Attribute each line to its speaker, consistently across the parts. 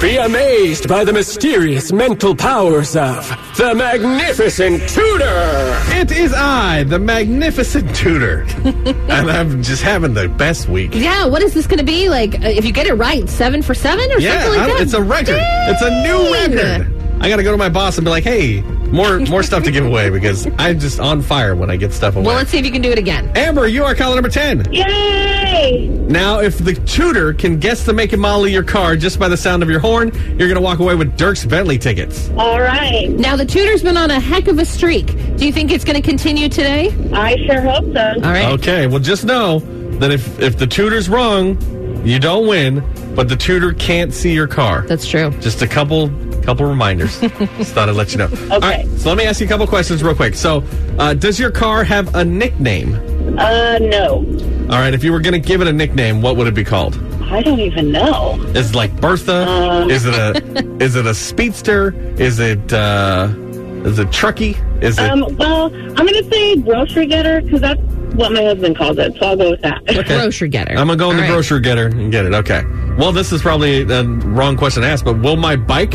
Speaker 1: Be amazed by the mysterious mental powers of the magnificent Tudor.
Speaker 2: It is I, the magnificent tutor. and I'm just having the best week.
Speaker 3: Yeah, what is this going to be? Like, uh, if you get it right, seven for seven or
Speaker 2: Yeah,
Speaker 3: something like
Speaker 2: I'm-
Speaker 3: that?
Speaker 2: it's a record. It's a new
Speaker 3: Dang.
Speaker 2: record. I got to go to my boss and be like, hey, more more stuff to give away because I'm just on fire when I get stuff away.
Speaker 3: Well, let's see if you can do it again.
Speaker 2: Amber, you are caller number 10.
Speaker 4: Yay!
Speaker 2: Now, if the tutor can guess the make and model of your car just by the sound of your horn, you're going to walk away with Dirk's Bentley tickets.
Speaker 4: All right.
Speaker 3: Now, the tutor's been on a heck of a streak. Do you think it's going to continue today?
Speaker 4: I sure hope so.
Speaker 3: All right.
Speaker 2: Okay, well, just know that if, if the tutor's wrong, you don't win, but the tutor can't see your car.
Speaker 3: That's true.
Speaker 2: Just a couple couple reminders. Just thought I'd let you know. All right, so let me ask you a couple questions real quick. So, uh, does your car have a nickname?
Speaker 4: Uh, no.
Speaker 2: All right, if you were going to give it a nickname, what would it be called?
Speaker 4: I don't even know.
Speaker 2: Is it like Bertha?
Speaker 3: Uh.
Speaker 2: is it a is it a speedster? Is it uh, is it Truckee? Is it
Speaker 4: Um, well, I'm going to say grocery getter because that's what my husband calls it, so I'll go with that.
Speaker 3: Grocery getter.
Speaker 2: I'm gonna go in the
Speaker 3: All right.
Speaker 2: grocery getter and get it. Okay. Well, this is probably a wrong question to ask, but will my bike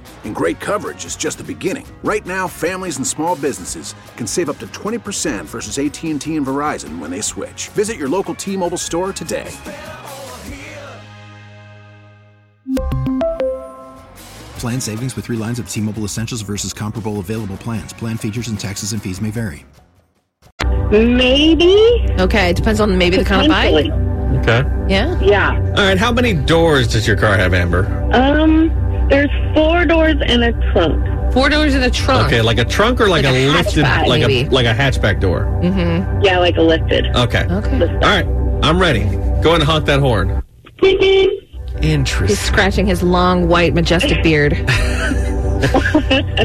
Speaker 5: And great coverage is just the beginning. Right now, families and small businesses can save up to 20% versus AT&T and Verizon when they switch. Visit your local T-Mobile store today.
Speaker 6: Plan savings with three lines of T Mobile Essentials versus comparable available plans. Plan features and taxes and fees may vary.
Speaker 4: Maybe?
Speaker 3: Okay, it depends on maybe the kind of bike.
Speaker 4: Potentially.
Speaker 2: Okay.
Speaker 3: Yeah.
Speaker 4: Yeah.
Speaker 2: All right. How many doors does your car have, Amber?
Speaker 4: Um, there's four doors and a trunk.
Speaker 3: Four doors in a trunk.
Speaker 2: Okay, like a trunk or like,
Speaker 3: Like
Speaker 2: a,
Speaker 3: a
Speaker 2: lifted,
Speaker 3: hatchback,
Speaker 2: like
Speaker 3: maybe. Mm-hmm.
Speaker 2: a like a hatchback door.
Speaker 4: Yeah, like a lifted.
Speaker 2: Okay.
Speaker 3: Okay.
Speaker 2: All right, I'm ready. Go ahead and honk that horn.
Speaker 3: He's
Speaker 2: Interesting.
Speaker 3: scratching his long, white, majestic beard.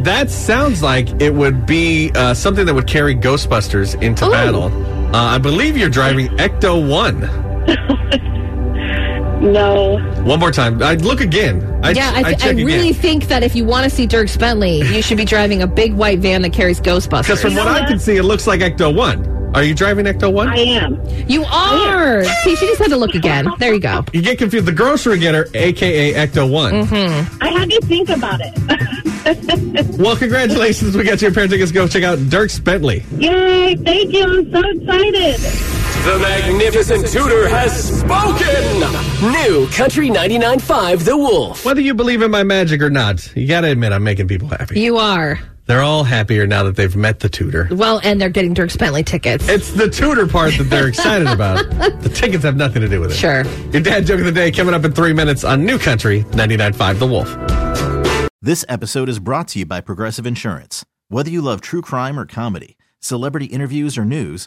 Speaker 2: that sounds like it would be uh, something that would carry Ghostbusters into
Speaker 3: Ooh.
Speaker 2: battle. Uh, I believe you're driving Ecto One.
Speaker 4: no.
Speaker 2: One more time. I look again. I
Speaker 3: yeah,
Speaker 2: ch-
Speaker 3: I,
Speaker 2: I
Speaker 3: th- I,
Speaker 2: check
Speaker 3: really
Speaker 2: again.
Speaker 3: think that if you want to see Dirks Bentley, you should be driving a big white van that carries
Speaker 2: Because from
Speaker 3: Ghostbusters.
Speaker 2: what I can see, it looks like Ecto One. Are you driving Ecto One?
Speaker 4: I am.
Speaker 3: You are. See, she just had to look again. There you go.
Speaker 2: You get confused. The grocery getter, aka Ecto One.
Speaker 3: Mm-hmm.
Speaker 4: I had to think about it.
Speaker 2: Well, congratulations. We got your pair tickets. Go check out Dirk's Bentley.
Speaker 4: Yay, thank you. I'm so excited.
Speaker 1: The magnificent Tudor has spoken. New Country 99.5 The Wolf.
Speaker 2: Whether you believe in my magic or not, you gotta admit I'm making people happy.
Speaker 3: You are.
Speaker 2: They're all happier now that they've met the tutor.
Speaker 3: Well, and they're getting Dirks Bentley tickets.
Speaker 2: It's the tutor part that they're excited about. The tickets have nothing to do with it.
Speaker 3: Sure.
Speaker 2: Your dad joke of the day coming up in three minutes on New Country 99.5 The Wolf.
Speaker 7: This episode is brought to you by Progressive Insurance. Whether you love true crime or comedy, celebrity interviews or news,